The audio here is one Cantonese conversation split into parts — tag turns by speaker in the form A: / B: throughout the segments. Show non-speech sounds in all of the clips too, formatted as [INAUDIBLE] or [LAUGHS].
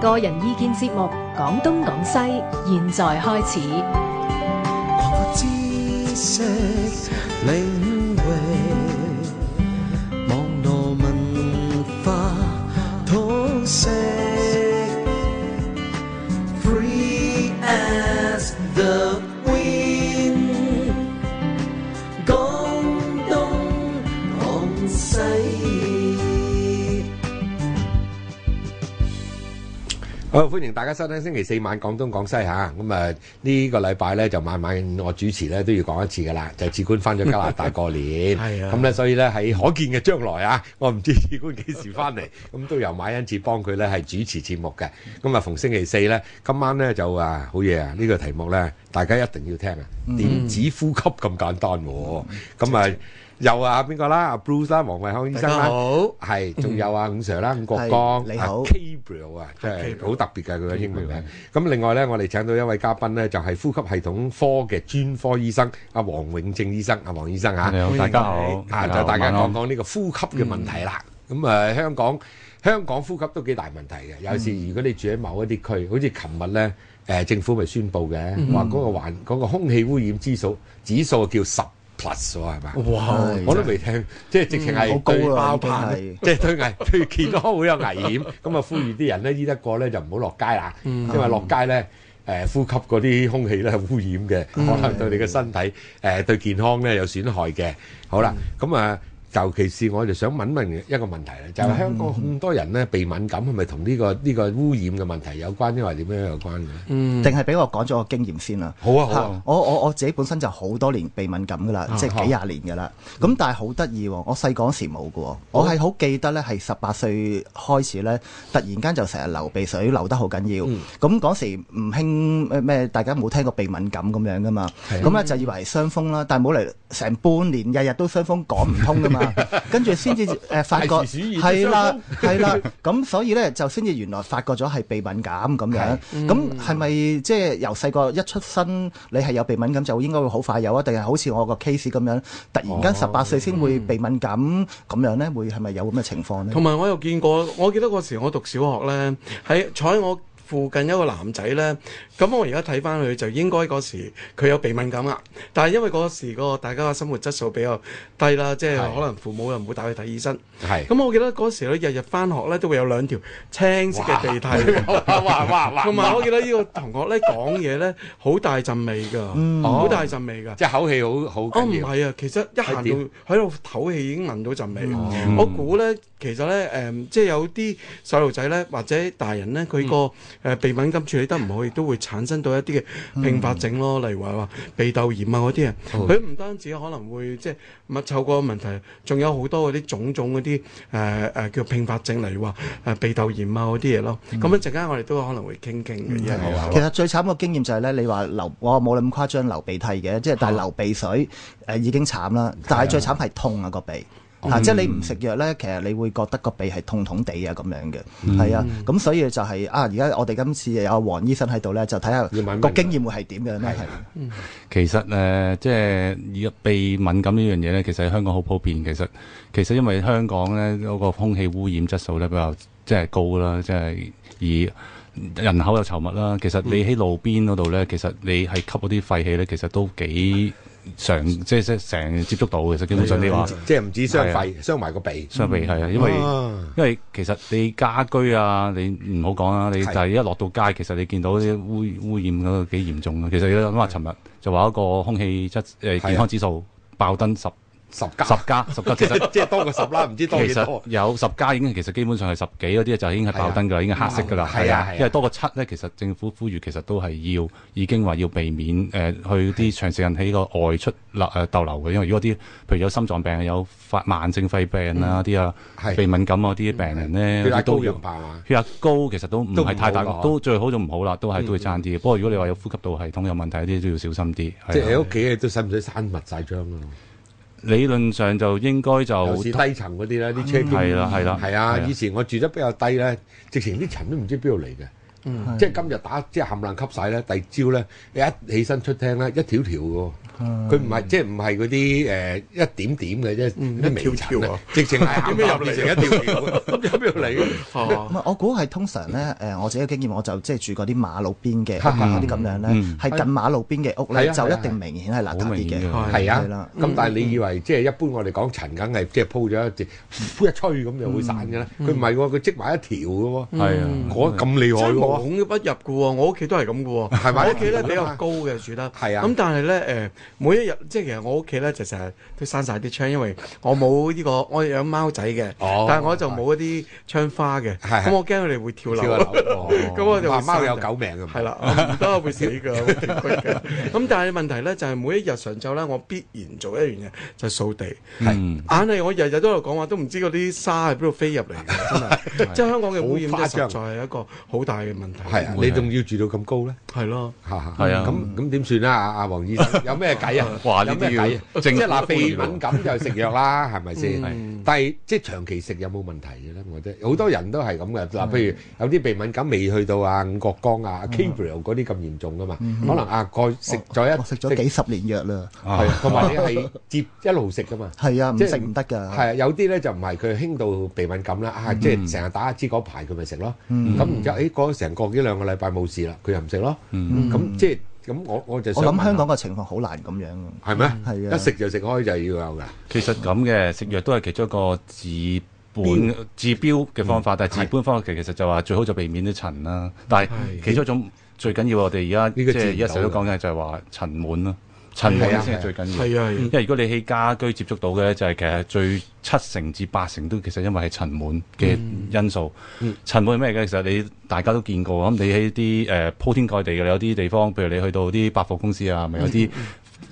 A: 個人意見節目《廣東廣西》，現在開始。
B: 擴闊知識領域，網絡文化通識，free as the wind。廣東廣西。
C: 好，歡迎大家收聽星期四晚廣東廣西嚇。咁啊，呢個禮拜咧就晚晚我主持咧都要講一次噶啦，就志官翻咗加拿
B: [LAUGHS]
C: 大過年。
B: 係啊
C: 咁咧所以咧喺可見嘅將來啊，我唔知志官幾時翻嚟，咁都由馬恩志幫佢咧係主持節目嘅。咁啊，逢星期四咧，今晚咧就啊好嘢啊！呢、個題目咧，大家一定要聽啊，電子呼吸咁簡單喎、咁啊。有啊，邊個啦？阿 Bruce 啦，黃惠康醫生
B: 大家
C: 啦
B: 好，
C: 係，仲有啊，伍 Sir 啦，伍國
B: 係
C: 光，
B: 你
C: 啊
B: 好
C: Gabriel 啊，真係好特別嘅佢嘅英文名。咁另外咧，我哋請到一位嘉賓咧，就係呼吸系統科嘅專科醫生阿黃永正醫生，阿黃醫生嚇。
D: 你好，大家好，
C: 啊，就大家講講呢個呼吸嘅問題啦。咁誒、呃香港香港呼吸都幾大問題嘅。有時如果你住喺某一啲區，好似琴日咧，誒、政府咪宣布嘅，話嗰、個環嗰、個空氣污染指數指數叫十 plus 喎，係嘛？
B: 哇
C: 我都未聽，即係直
B: 嗯
C: 情
B: 好
C: 係
B: 高啦
C: 對包
B: 已經
C: 棚，即係對危 [LAUGHS] 對健康好有危
D: [LAUGHS]
C: 險。咁啊，呼籲啲人咧醫得過咧就唔好落街啦，
D: 嗯
C: 因為落街咧。誒、呼吸嗰啲空氣咧係污染嘅，
D: 嗯
C: 可能對你嘅身體誒、對健康咧有損害嘅。好啦，
D: 嗯
C: 咁啊、尤其是我就想問問一個問題咧，
D: 嗯
C: 就係、香港咁多人咧鼻敏感係咪同呢個呢、個污染嘅問題有關，因為點樣有關嘅咧？
E: 定係俾我講咗個經驗先啦。
C: 嗯好啊啊好
E: 嚇
C: 啊，
E: 我我我自己本身就好多年鼻敏感噶啦，即係幾廿年噶啦。
C: 嗯
E: 咁但係好得意喎，我細個嗰時冇嘅
C: 哦
E: 喎，我係好記得呢，係十八歲開始呢，突然間就成日流鼻水，流得好緊要。
C: 嗯
E: 咁嗰、時唔興咩咩，大家冇聽過鼻敏感咁樣噶嘛。咁呢就以為傷風啦，但係冇嚟成半年日日都傷風講唔通噶
C: [LAUGHS]
E: 嘛。跟住先至誒發覺
C: 大時暑熱都傷風
E: 係啦係啦，咁所以呢，就先至原來發覺咗係鼻敏感咁
C: 係嗯
E: 樣。咁係咪即係由細個一出生你係有鼻敏感就應該會好快有啊？定係好似我個 case 咁樣，突然間十八歲先會鼻敏感咁樣呢？會係咪有咁嘅情況呢？
F: 同埋我又見過，我記得嗰時我讀小學呢，喺坐喺我附近一個男仔呢。咁我而家睇翻佢就應該嗰時佢有鼻敏感啦，但係因為嗰時個大家嘅生活質素比較低啦，即係
C: 係
F: 可能父母又唔會帶佢睇醫生。
C: 係
F: 咁我記得嗰時咧日日翻學呢都會有兩條青色嘅地
C: 哇
F: 梯。
C: [LAUGHS] 哇哇哇哇！
F: 同埋我記得呢個同學呢講嘢呢，好大陣味
C: 嗯
E: 嗯
F: 㗎，好大陣味㗎。
C: 即係口氣好好
F: 哦，唔
C: 緊要。
F: 係啊，其實一行
C: 係嗯
F: 到喺度唞氣已經聞到陣味。我估咧，其實咧，誒、即係有啲細路仔咧，或者大人咧，佢個
C: 嗯
F: 誒鼻敏感處理得唔好，亦都會產生到一啲嘅併發症咯，例如話話鼻竇炎啊嗰啲啊，佢唔單止可能會即係密嗅個問題，仲有好多嗰啲種種嗰啲誒誒叫併發症，例如話誒鼻竇炎啊嗰啲嘢咯。咁
C: 嗯
F: 一陣間我哋都可能會傾傾嘅，因為
C: 好啊好啊
E: 其實最慘個經驗就係呢，你話流我冇咁誇張流鼻涕嘅，即係但係流鼻水誒已經慘啦，但係最慘係痛啊個鼻。嗱，即係你唔食藥呢，其實你會覺得個鼻係痛痛地啊咁樣嘅，係啊，咁所以就係啊，而家我哋今次有阿黃醫生喺度呢，就睇下
C: 要問一問
E: 個經驗會係點樣呢？係。
D: 其實誒、呃即係以鼻敏感呢樣嘢咧，其實喺香港好普遍。其實其實因為香港咧嗰個空氣污染質素咧比較即係高啦，即係而人口又稠密啦。其實你喺路邊嗰度咧，其實你係吸嗰啲廢氣咧，其實都幾常即係即係成日接觸到嘅。其實基本上你話。
C: 即係唔止傷
D: 係啊
C: 肺，傷埋個鼻。
D: 相比係啊，因為、
C: 啊
D: 因為其實你家居啊，你唔好講啦，你
C: 係
D: 但係一落到街，其實你見到啲污污染嗰個幾嚴重啊。其實你諗下，尋日就話一個空氣質誒、呃
C: 係啊
D: 健康指數爆燈十
C: 十
D: 十
C: 加，
D: 加十 [LAUGHS] 加，其實
C: [LAUGHS] 即係多過十
D: [LAUGHS]
C: 啦，唔知多啊
D: 其
C: 幾
D: 實
C: 多。
D: 有十加已經其實基本上係十幾嗰啲就已經係爆燈㗎啦，已經係黑色㗎啦，
C: 係啊係啊
D: 因為多過七咧，其實政府呼籲其實都係要已經話要避免誒、呃去啲長時間喺個外出留誒逗留嘅，因為如果啲譬如有心臟病、啊有發慢性肺病啊啲啊
C: 嗯係嗯
D: 鼻敏感啊啲病人咧，
C: 血壓
D: 都
C: 高
D: 要
C: 又怕嘛？
D: 血壓高其實都唔係太大
C: 都唔好㗎，
D: 都最好就唔好啦，都係都會差啲。不過如果你話有呼吸道系統有問題啲都要小心啲。
C: 嗯即係
D: 係
C: 喺
D: 啊
C: 屋企都使唔使閂密晒窗啊？
D: 理論上就應該
C: 尤
D: 就
C: 其是低層嗰啲咧，啲車
D: 係啦係啦，
C: 係啊！
D: 係啊
C: 以前我住得比較低咧，直情啲塵都唔知邊度嚟嘅。
F: 嗯
C: 即係今日打即係冚唪唥吸晒咧，第二朝咧你一起身出廳咧一條條嘅喎。佢唔係即係唔係嗰啲誒一點點嘅啫，
F: 嗯
C: 啲
F: 一條
C: 微
F: 條啊
C: 塵啊，直情係
F: [LAUGHS]
C: 冚
F: 點樣入
C: 唪唥變
F: 嚟
C: 成一
F: [LAUGHS]
C: 條條嘅，咁有邊度嚟嘅？
F: 哦
C: 啊
E: 唔係，我估係通常咧，誒、
C: 嗯
E: 我自己嘅經驗，我就即係住嗰啲馬路邊嘅屋啊嗰啲咁樣咧，
D: 嗯
E: 係近馬路邊嘅屋
C: 係
E: 咧，
C: 啊
E: 就
C: 係啊
E: 一定明顯係邋遢
D: 好
E: 啲
D: 明顯
E: 嘅。哦
D: 嘅
C: 係
E: 係啦
C: 啊，咁
F: 嗯
C: 但係你以為即係一般我哋講塵，梗係即係鋪咗一隻鋪一吹咁就會散嘅啦。
F: 嗯
C: 佢唔係喎，佢積埋一條嘅喎，
D: 係啊，
C: 我咁厲害
F: 真係啊無
C: 喎，
F: 孔不入嘅喎，我屋企都係咁嘅喎。
C: 係咪
F: 我屋企咧比較高嘅住得。
C: 係啊
F: 咁但係咧誒，每一日即係其實我屋企咧就成日都閂晒啲窗，因為我冇呢個我養貓仔嘅，
C: 哦
F: 但係我就冇一啲窗花嘅。
C: 係係
F: 咁我驚佢哋會跳
C: 跳
F: [LAUGHS] 樓。咁
C: 咁
F: 我就會
C: 話貓
F: 生
C: 有
F: 嘅
C: 狗命啊，
F: 係啦，我唔得，我會死㗎，會脫骨嘅。咁但係問題咧，就係每一日上晝咧，我必然做一樣嘢，就係掃地。
D: 嗯，
F: 硬係我日日都喺度講話，都唔知嗰啲沙係邊度飛入
C: [LAUGHS]
F: 嚟嘅，真係。即係香港嘅污染真
C: 好
F: 係
C: 誇張
F: 實在係一個好大嘅問題。
C: 係啊，
D: 會
C: 你
D: 係
C: 仲要住到咁高咧？
F: 係咯，
C: 嚇
D: 係啊？
C: 咁咁點算啦？阿阿黃醫生有咩計啊
D: [LAUGHS] 哇
C: 有
D: 呢
C: 咩
D: 啲要
C: 計啊？即
D: 政府
C: 係嗱，
D: 官
C: 鼻
D: 喎
C: 敏感就食藥
D: [LAUGHS]
C: 啦，係咪
F: 嗯
C: 先？但係即係長期食有冇問題嘅咧？我覺得好多人都係咁
D: 嗯
C: 嘅嗱，譬如有啲鼻敏感未去到啊五角江啊
D: 嗯
C: Gabriel 嗰啲咁嚴重噶嘛，可能啊蓋食
D: 哦
C: 咗
E: 哦我
C: 一
E: 食
D: [LAUGHS]
E: 咗幾十年藥啦，
C: 係啊，同埋你係接一路食噶嘛。
E: 係啊，唔
C: 即係
E: 食唔得㗎。
C: 係啊，有啲咧就唔係佢輕度鼻敏感啦，啊，即係成日打一支嗰排佢咪食咯。咁然之後，誒過咗成個幾兩個禮拜冇事啦，佢又唔食咯。咁即係咁，我我就
E: 我
C: 想
E: 諗
C: 問啊
E: 香港嘅情況好難咁樣嘅。
C: 係咩？
E: 係啊
C: 一食就食開就要有㗎。
D: 其實咁嘅食藥都係其中一個治本治標嘅方法，但係治本方法其實就話最好就避免啲塵啦。但係其中一種最緊要，我哋而家
C: 呢
D: 即
C: 個治
D: 係
C: 唔
D: 一
C: 到
D: 直都講緊就係話塵滿啦，塵
C: 係
D: 滿
C: 啊
D: 先係最緊要。
F: 係啊，係啊
D: 因為如果你喺家居接觸到嘅咧，就係其實最七成至八成都其實因為係塵蟎嘅
F: 嗯
D: 因素。塵蟎係咩嘅？其實你大家都見過，咁你喺啲誒鋪天蓋地嘅有啲地方，譬如你去到啲百貨公司啊，咪有啲。
F: 嗯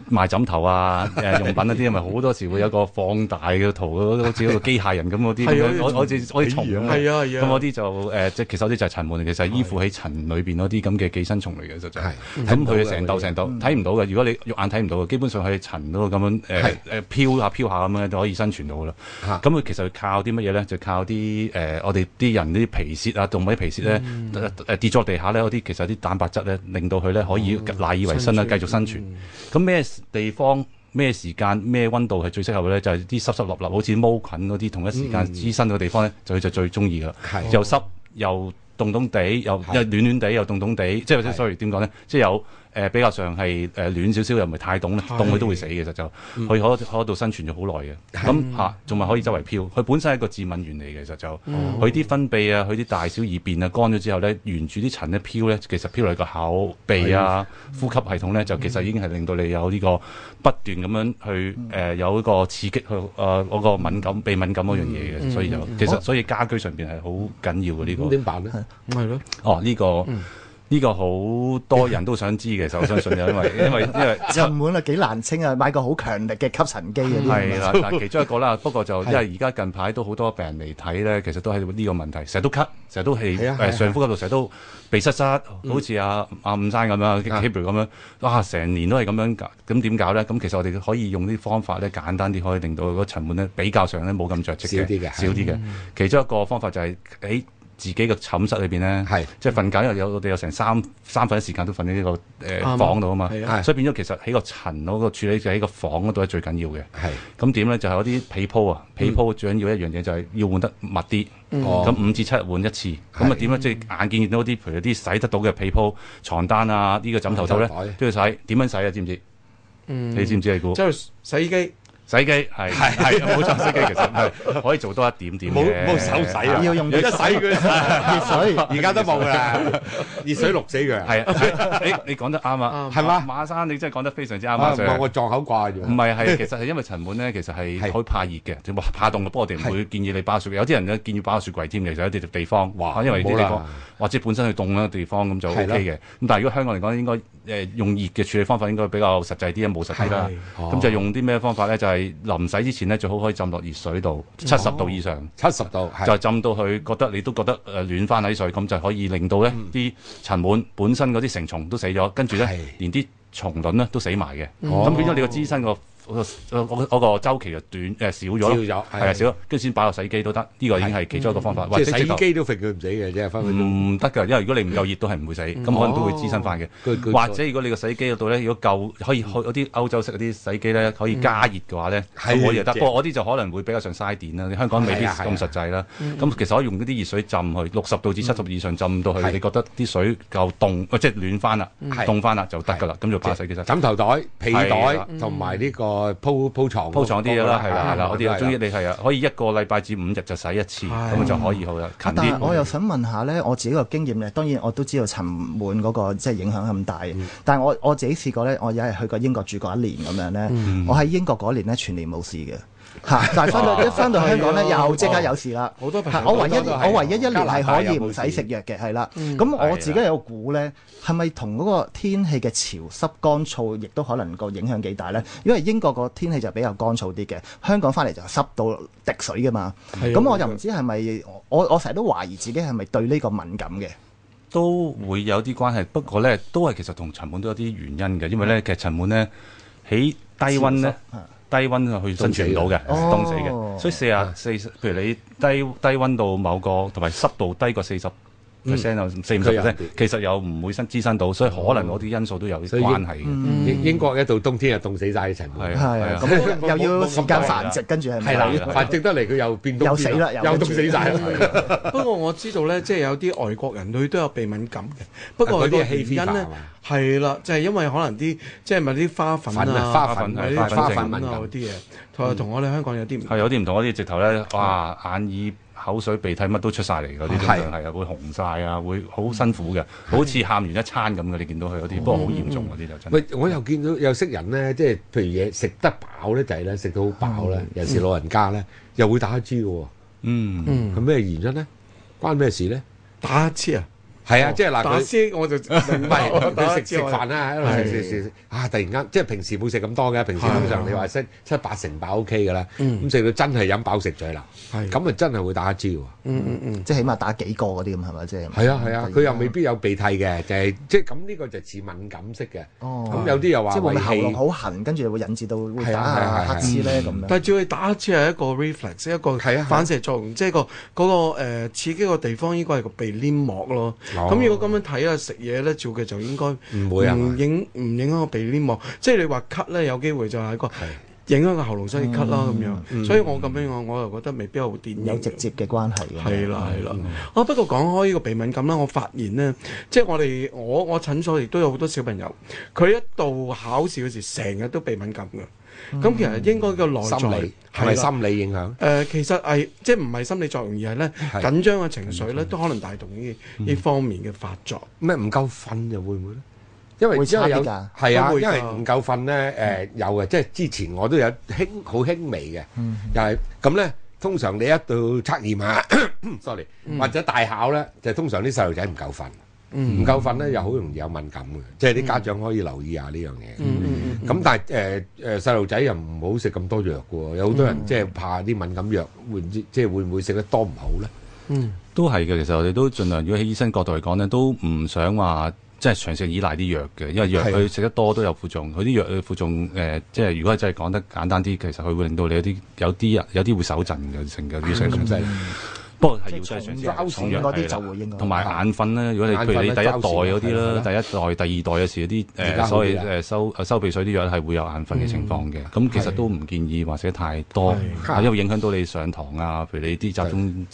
D: 賣枕頭
F: [LAUGHS]
D: 啊、誒用品嗰啲，咪好多時會有個放大嘅圖，好似一個機械人咁嗰啲，
F: 係啊
D: 我我似我似蟲咁樣
F: 係啊係啊
D: 咁嗰啲就誒，即係其實嗰啲就係塵蟎，其實係依附喺塵裏邊嗰啲咁嘅寄生蟲嚟嘅，實就係
C: 係
D: 咁佢成竇成竇睇唔到嘅。如果你肉眼睇唔到嘅，基本上佢塵嗰度咁樣誒
C: 係
D: 誒飄下飄下咁樣就可以生存到啦。
C: 嚇
D: 咁佢其實靠啲乜嘢咧？就靠啲誒我哋啲人啲皮屑啊、動物啲皮屑咧誒跌咗地下咧，嗰啲其實啲蛋白質咧，令到佢咧可以賴以為生啊啦，繼續生存。咁咩地方、咩時間、咩温度係最適合嘅咧？就係、啲濕濕立立，好似毛菌嗰啲同一時間滋生嘅地方咧，就佢就最中意噶啦。
C: 係
D: 又濕又凍凍地，又
C: 係
D: 又暖暖地，又凍凍地，即係或者 sorry 點講咧？即係有誒、呃比較上係誒、呃暖少少，又唔係太凍咧，
F: 係
D: 凍佢都會死嘅。其實就佢可可度生存咗好耐嘅，咁嚇仲咪可以周圍漂。佢本身係一個致敏源嚟嘅，其實就佢啲分泌啊，佢啲大小二便啊，乾咗之後咧，沿住啲塵咧漂咧，其實漂落個口、鼻啊、呼吸系統咧，就其實已經係令到你有呢個不斷咁樣去誒、呃有一個刺激去誒嗰個敏感、鼻敏感嗰樣嘢嘅，所以就其實所以家居上邊係好緊要嘅呢、個
C: 咁。點辦咧？
F: 係咯，
C: 嗯
D: 哦，呢、個呢、個好多人都想知嘅，其實我相信，因為因為因為
E: 塵蟎啊幾難清啊，買個好強力嘅吸塵機嗰啲。
D: 係啦，
C: [LAUGHS]
D: 但其中一個啦，不過就因為而家近排都好多病人嚟睇咧，其實都係呢個問題，成日都咳，成日都氣，
C: 係啊係啊嗯
D: 誒上呼吸道成日都鼻塞塞，好似阿阿伍生咁樣 k a b r 咁樣，哇，成年都係咁樣搞，咁點搞咧？咁其實我哋可以用啲方法咧，簡單啲可以令到個塵蟎咧比較上咧冇咁着跡
C: 少啲嘅嗯
D: 少啲嘅。其中一個方法就係喺自己嘅寢室裏邊咧，
C: 係
D: 即係瞓覺，因為有我哋有成三三分一時間都瞓喺呢個
F: 啱啊
D: 誒房度啊嘛
F: 係，
C: 啊
D: 所以變咗其實喺個塵嗰個處理就喺個房嗰度係最緊要嘅。
C: 係
D: 咁點咧？就係嗰啲被鋪啊，被鋪最緊要一樣嘢就係要換得密啲。
C: 哦
D: 咁五至七日換一次。咁啊點咧？即係眼見見到啲，譬如啲洗得到嘅被鋪、床單啊，呢個枕頭套咧
C: 枕頭袋
D: 都要洗。點樣洗啊？知唔知？
F: 嗯
D: 你知唔知你估？
F: 即係洗衣機，
D: 洗機係係冇錯，洗機其 [LAUGHS] 實係可以做多一點點嘅。
C: 冇冇手洗啊！
E: 要用
C: 一洗 [LAUGHS] 佢，
E: [LAUGHS] 熱水。
C: 而家都冇㗎啦，熱水淥死佢。
D: 係啊！你你講得啱啊，
C: 係嘛
D: 馬生，你真係講得非常之啱
C: 啊
D: 啊
C: 唔係我撞口掛
D: 唔
C: 咗。[LAUGHS]
D: 係係，其實係因為塵蟎咧，其實係
C: 係
D: 可以怕熱嘅，就話怕凍嘅。不過我哋唔會建議你包雪櫃。有啲人咧建議包雪櫃添嘅，其實有啲地方，
C: 哇
D: 因為啲地
C: 冇
D: 方
C: 啦
D: 或者本身佢凍啦地方咁就 O
C: 係
D: K
C: 啦
D: 嘅。咁但係如果香港嚟講，應該誒、呃用熱嘅處理方法應該比較實際啲，冇實啲啦。
C: 係
D: 咁就用啲咩方法咧？就係、臨洗之前咧，最好可以浸落熱水
C: 哦
D: 度，七十度以上。
C: 七十度，係
D: 就浸到佢覺得你都覺得誒暖翻喺水，咁就可以令到咧啲塵蟎本身嗰啲成蟲都死咗，跟住咧
C: 嗯係
D: 連啲蟲卵咧都死埋嘅。
C: 哦
D: 咁變咗你個滋生個嗰個嗰個嗰個周期就短誒少咗咯，
C: 少咗係嗯
D: 係啊少咗，跟住先擺落洗衣機都得，呢個已經係其中一個方法，或
C: 即
D: 者
C: 係洗
D: 直頭
C: 衣機都揈佢唔死嘅，即係分分鐘。
D: 唔嗯得㗎，因為如果你唔夠熱都係唔會洗，
E: 嗯
D: 咁可能都會滋生翻
E: 哦
D: 嘅。
C: 佢佢
D: 或者如果你個洗衣機嗰度咧，如果夠可以去
E: 嗯
D: 嗰啲歐洲式嗰啲洗衣機咧，可以加熱嘅話咧，
C: 係
D: 咁可以就得。
C: 正
D: 不過嗰啲就可能會比較上嘥電啦，你香港未必
C: 係啊係啊
D: 咁實際啦。
E: 嗯
D: 咁其實可以用嗰啲熱水浸去，六十度至七十以上浸到去，
C: 係
D: 你覺得啲水夠凍，呃即係暖翻啦，
E: 嗯
C: 係
D: 凍翻啦就得㗎啦，咁就擺洗機室。
C: 枕頭袋、被
D: 係
C: 袋
D: 啦
C: 同埋呢個鋪鋪床
D: 鋪床啲嘢啦，係啦係
C: 嗯
D: 啦，我哋中意
C: 你
D: 你係啊，可以一個禮拜至五日就洗一次，
F: 係
D: 咁就可以好啦，近
E: 啊但係我又
D: 啲。
E: 想問下咧，我自己個經驗咧，當然我都知道塵滿嗰個即係影響咁大，
C: 嗯
E: 但係我我自己試過咧，我有係去過英國住過一年咁樣咧，
C: 嗯
E: 我喺英國嗰年咧全年冇
C: [LAUGHS]
E: 事嘅。嚇！但係翻到一翻到香港咧，
F: 係啊
E: 又即刻有事啦。
F: 好多朋友
E: 嚇我唯一
C: 哦好多都係
E: 我唯一一年
C: 加拿
E: 係
C: 大
E: 可
C: 又
E: 以
C: 冇
E: 唔
C: 事
E: 使食藥嘅，係啦。
F: 嗯
E: 咁
D: 係啊
E: 我自己有估咧，係咪同嗰個天氣嘅潮濕乾燥，亦都可能個影響幾大咧？因為英國個天氣就比較乾燥啲嘅，香港翻嚟就濕到滴水噶嘛。
F: 係啊
E: 咁我就唔知係咪我我成日都懷疑自己係咪對呢個敏感嘅。
D: 都會有啲關係，不過咧都係其實同塵蟎都有啲原因嘅，因為咧其實塵蟎咧喺低温咧
E: 潮濕啊
D: 低温去生存到嘅，
E: 凍死嘅
D: 凍死嘅，
E: 哦
D: 所以四啊四，譬如你低低温到某個同埋濕度低過四十 percent 啊，四五十
C: 佢有
D: percent，
C: 啲
D: 其實又唔會生滋生到，所以可能嗰啲因素都有
C: 哦所以
D: 關係嘅，
C: 英英國一到冬天就凍死晒嘅塵
D: 係
C: 蟎，
D: 啊
E: 係
D: 係
E: 啊，
D: 啊。
E: 咁
C: 冇
E: 又
C: 冇
E: 要
C: 冇
E: 時
C: 咁
E: 間
C: 多
E: 繁殖，跟住係咪？
C: 係
D: 係
C: 啦
D: 啦，
C: 繁殖得嚟佢又變冬天啦，
E: 又死啦
C: 又
E: 又
C: 凍死晒啦。
F: 不過我知道咧，即係有啲外國人佢都有鼻敏感嘅。不過
C: 啊嗰啲
F: 佢
C: 係
F: 個原因
C: hay fever
F: 咧
C: 係嘛
F: 係啦，就係因為可能啲即係咪啲花粉
C: 粉
F: 啊、
C: 啊花粉
F: 或者
D: 花
F: 啲
D: 粉
F: 花
D: 症
F: 粉啊嗰啲嘢，
C: 嗯
F: 同同我哋香港有啲唔同
D: 係有啲唔同，嗰啲直頭咧，哇眼耳口水鼻涕乜都出晒嚟嗰啲，通常係啊會紅晒啊，會好辛苦嘅，好似喊完一餐咁嘅。你見到佢嗰啲，不過好嚴重嗰啲就真係。
C: 喂，我又見到有識人咧，即係譬如嘢食得飽咧就係咧，食到好飽咧，有時老人家咧又會打乞嗤嘅
D: 嗯，
C: 喎，
F: 嗯
C: 係咩原因咧？關咩事咧？
F: 打乞嗤啊！
C: 係啊，即係嗱
F: 打
C: 佢。
F: 先 [LAUGHS] 我就
C: 唔
F: 唔
C: 係佢食食
F: 飯
C: 飯啦，一路食食食食啊！突然間即係平時冇食咁多嘅，平時通常你話七七八成飽 OK 㗎啦，咁食到真係飲飽食醉啦，
F: 係
C: 咁啊真係會打乞嗤喎。
F: 嗯嗯嗯，
E: [LAUGHS] 即係起碼打幾個嗰啲咁係咪？即係
C: 係啊係啊，佢又未
E: 必
C: 必有鼻涕嘅，就係即係咁呢個就似敏感式嘅。
E: 哦
C: 咁，有啲又話
E: 即係會唔會
C: 胃氣
E: 喉嚨好痕，跟住會引致到會
C: 係啊係啊
E: 打
C: 係啊
E: 下乞嗤咧咁樣。
F: 但係照佢打乞嗤係一個 reflex，一
C: 係啊係
F: 個
C: 啊
F: 反射作用，即係個嗰個誒刺激個地方應該係個鼻黏膜咯。
C: 哦
F: 咁如果咁樣睇啊，食嘢咧照嘅就應該。
C: 唔會啊
F: 唔，
C: 嘛
F: 影唔影響個鼻黏膜，即係你話咳咧，有機會就係個影響個喉嚨所以咳啦咁
C: 嗯
F: 樣。所以我咁樣我我又覺得未必好電影
E: 有直接嘅關係嘅，
F: 係
C: 嗯
F: 啦，係啦。啊，不過講開呢個鼻敏感啦，我發現呢，即係我哋我我診所亦都有好多小朋友，佢一到考試嗰時，成日都鼻敏感嘅。咁其實應該個內在
C: 嗯心理係
F: 啦
C: 咪心理影響？
F: 誒、其實係即係唔係心理作用，而係咧
C: 係嗯
F: 緊張嘅情緒咧，都可能帶動呢呢方面嘅發作。
C: 咩唔夠瞓又會唔會咧？因為
E: 會
C: 因
E: 差
C: 為
E: 啲
C: 有
E: 㗎
C: 係啊，
F: 都會㗎
C: 因為唔夠瞓咧，誒有嘅，即係之前我都有輕好輕微嘅，
E: 嗯
C: 又係咁咧。通常你一到測驗啊，sorry，或者大考咧，就通常啲細路仔唔夠瞓，唔夠瞓咧又好容易有敏感嘅，即係啲家長可以留意下呢樣
F: 嗯
C: 嘢。咁但係誒誒細路仔又唔好食咁多藥嘅喎，有好多人即係怕啲敏感藥，會唔知即係會唔會食得多唔好咧？
D: 都係嘅。其實我哋都盡量，如果喺醫生角度嚟講咧，都唔想話即係長期依賴啲藥嘅，因為藥
C: 係啊
D: 佢食得多都有副作用。佢啲藥嘅副作用誒、呃即係如果真係講得簡單啲，其實佢會令到你有啲有啲人有啲會手震嘅，成嘅要食
C: 咁
D: 長
C: 犀利
D: 不過係要
E: 即
D: 真
E: 係
D: 係長時間
E: 重藥
D: 重藥
E: 嗰啲
D: 係啦
E: 就會應該
D: 同埋眼瞓咧。如果你
C: 眼
D: 譬
C: 瞓
D: 如你
C: 咧
D: 第一代
C: 周時
D: 嗰啲啦，
C: 係
D: 第一代、第二代有時啲
C: 而家好啲
D: 誒所謂
C: 啦
D: 誒收誒收鼻水啲藥係會有眼瞓嘅情況嘅。咁其實都唔建議或者太多，
C: 嗯
D: 啊
C: 係
D: 因為影響到你上堂啊，譬如你啲集中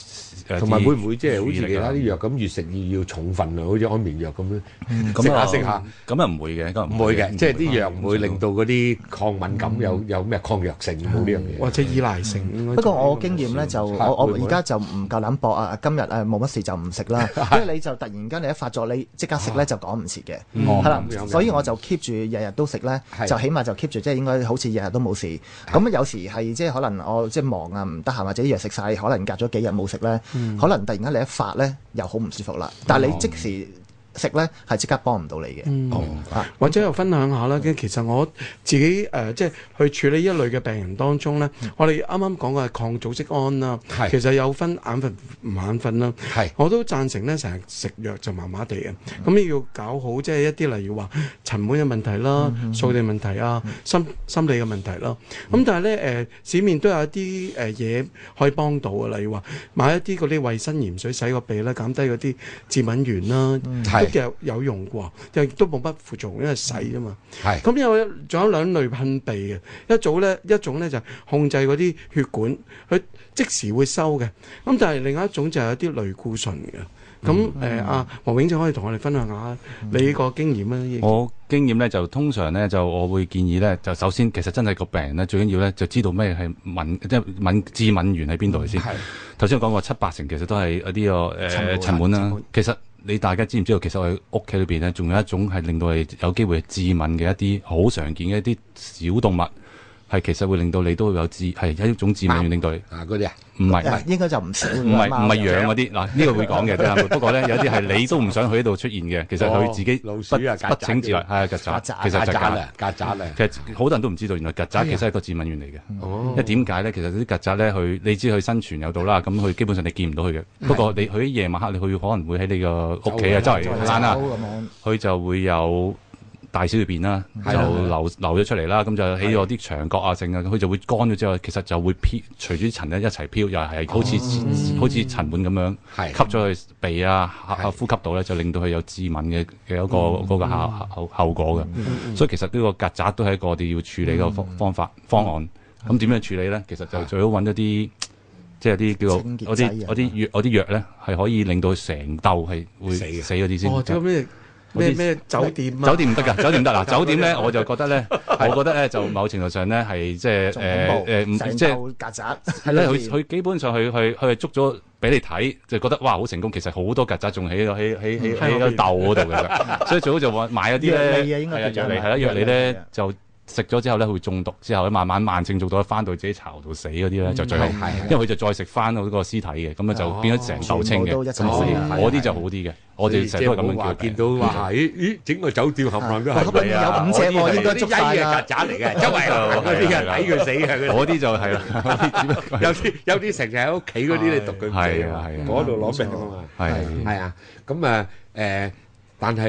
D: 誒
C: 同埋
D: 啲
C: 會唔會即係好
D: 注意
C: 似
D: 力
C: 其他
D: 啊
C: 啲藥咁，越食越要重份量，好似安眠藥咁咧，食
D: 咁
C: 下
D: 啊
C: 食下，
D: 咁啊唔會嘅，咁啊
C: 唔會嘅，即係
D: 唔
C: 啲
D: 會
C: 藥唔會令到嗰啲抗敏感有有咩抗藥性冇呢樣嘢
F: 或。者依賴性應該
E: 不
F: 就
E: 過我經驗咧就
C: 嚇
E: 我我
C: 會唔會
E: 而家就唔夠膽搏啊！今日誒冇乜事就唔食
C: [LAUGHS]
E: 啦，因為你就突然間你一發作你即刻食咧就趕唔切嘅，
C: 啊
D: 嗯
C: 哦
E: 係啦
C: 咁樣，嘅
E: 所以我就 keep 住日日都食咧
C: 係，
E: 就起碼就 keep 住即係應該好似日日都冇事。咁啊有時係即係可能我即係忙啊唔得閒或者藥食晒，
C: 嗯
E: 可能隔咗幾日冇食咧，可能突然間你一發咧又好唔舒服啦。但係你即時食咧係即刻幫唔到你嘅。
C: 哦
F: 嗯
E: 啊
F: 或者又分享下啦，其實我自己誒、呃即係去處理一類嘅病人當中咧，我哋啱啱講嘅係抗組織胺啦
C: 係，
F: 其實有分眼瞓唔眼瞓啦，
C: 係
F: 我都贊成咧，成日食藥就麻麻地嘅，咁你要搞好即係一啲例如話塵螨嘅問題啦、掃地問題啊、心心理嘅問題啦，咁但係咧誒市面都有一啲誒嘢可以幫到嘅，例如話買一啲嗰啲衞生鹽水洗個鼻啦，減低嗰啲致敏源啦，
C: 係
F: 都有有用啩，又亦都冇乜副作用，因為洗啫嘛。
C: 係
F: 咁有仲有兩類噴鼻嘅，一組咧一種咧就係控制嗰啲血管，佢即時會收嘅。咁但係另一種就係有啲類固醇嘅。咁
D: 嗯
F: 誒阿黃永正可以同我哋分享下你個經驗啊？
D: 我經驗咧就通常咧就我會建議咧就首先其實真係個病人咧最緊要咧就知道咩係敏即係敏致敏源喺邊度
C: 嗯
D: 先。頭先我講過七八成其實都係一啲個誒
C: 啊
D: 塵
E: 塵蟎
D: 蟎啦。其實你大家知唔知道其實我哋屋企裏邊咧仲有一種係令到你有機會致敏嘅一啲好常見嘅一啲小動物。係其實會令到你都有致係一種致敏源，令到你
C: 啊嗰啲啊，
D: 唔係
E: 誒應該就唔少
D: 唔係
E: 㗎
D: 唔係
E: 嘛
D: 養嗰啲嗱，呢個會講嘅，
C: [LAUGHS]
D: 真係不過咧有啲係你都唔想佢喺度出現嘅，其實佢自己
C: 哦
D: 不
C: 老鼠啊曱甴
D: 不請自來，係啊曱
E: 曱
D: 甴，
E: 甴
D: 其實
C: 曱
D: 就
C: 甴
D: 係
C: 啊，曱甴啊
D: 其，實好多人都唔知道，原來曱甴其實係一個致敏源嚟嘅。
C: 嗯
D: 因為點解咧？其實啲曱甴咧，佢你知佢生存有到啦，咁佢基本上你見唔到佢嘅。不過你佢喺夜晚黑，你佢可能會喺你個屋企啊周
C: 嗯周
D: 圍
C: 圍
D: 躝啦
E: 走，咁樣
D: 佢就會有大小便啦，就
C: 係啦
D: 流流咗出嚟啦，咁就喺我啲牆角啊、剩啊，佢就會乾咗之後，其實就會飄，隨住啲塵咧一齊飄，又係好似好似塵蟎咁樣。
C: 哦係
D: 吸咗佢鼻啊、
C: 係嗯
D: 下呼吸道咧，就令到佢有致敏嘅嘅一個嗰個效後後果嘅。所以其實呢個曱甴都係一個我哋要處理嘅
C: 嗯
D: 方方法方案。咁點樣處理咧？其實
C: 啊
D: 就最好揾一啲即係啲叫做
E: 清潔劑
D: 嗰啲
E: 啊
D: 嗰啲藥嗰啲藥咧，係可以令到佢成竇係會
C: 死嘅
D: 死嗰啲先。
F: 哦，咁咩咩咩酒店啊？
D: 酒店唔得㗎，酒店唔得嗱，酒店咧我就覺得咧，我覺得咧就某程度上咧係即係呃
E: 仲
D: 誒
E: 恐怖
D: 誒唔，
E: 成
D: 嗯即係。
E: 嚿曱甴
D: 係咧，佢佢基本上佢佢佢係捉咗俾你睇，就覺得哇好成功。其實好多曱甴仲喺喺喺喺喺個竇嗰度嘅啫，所以最好就話買一啲
E: 藥
D: 咧
E: 理啊應
D: 係
E: 該叫
D: 藥
E: 做
D: 嚟係啦，藥
E: 係
D: 理
E: 藥理
D: 咧
E: 啊
D: 就食咗之後咧佢會中毒，之後咧慢慢慢性中毒，翻到自己巢度死嗰啲咧就最好
C: 係係，
D: 因為佢就再食翻嗰個屍體嘅，咁啊就變咗成竇青
E: 全部
D: 嘅，
E: 都一
D: 咁
E: 齊
D: 死
E: 死
C: 啊
D: 嗰啲就好啲嘅。我哋成日都係咁樣叫病
C: 見到話，咦咦，整個酒店冚唪唥都係啊
E: 我覺得有五隻喎應該捉晒
C: 嘅
E: 啦
C: 曱甴嚟嘅，周圍行嗰啲啊，抵佢死嘅嗰啲。
D: 嗰啲就係啦，嗰啲只不過係
C: 有啲有啲成日喺屋企嗰啲，你讀佢唔死
D: 係
C: 啊
D: 啊係啊
C: 嗰度攞命啊嘛。
D: 係
C: 係啊，咁啊誒，但係。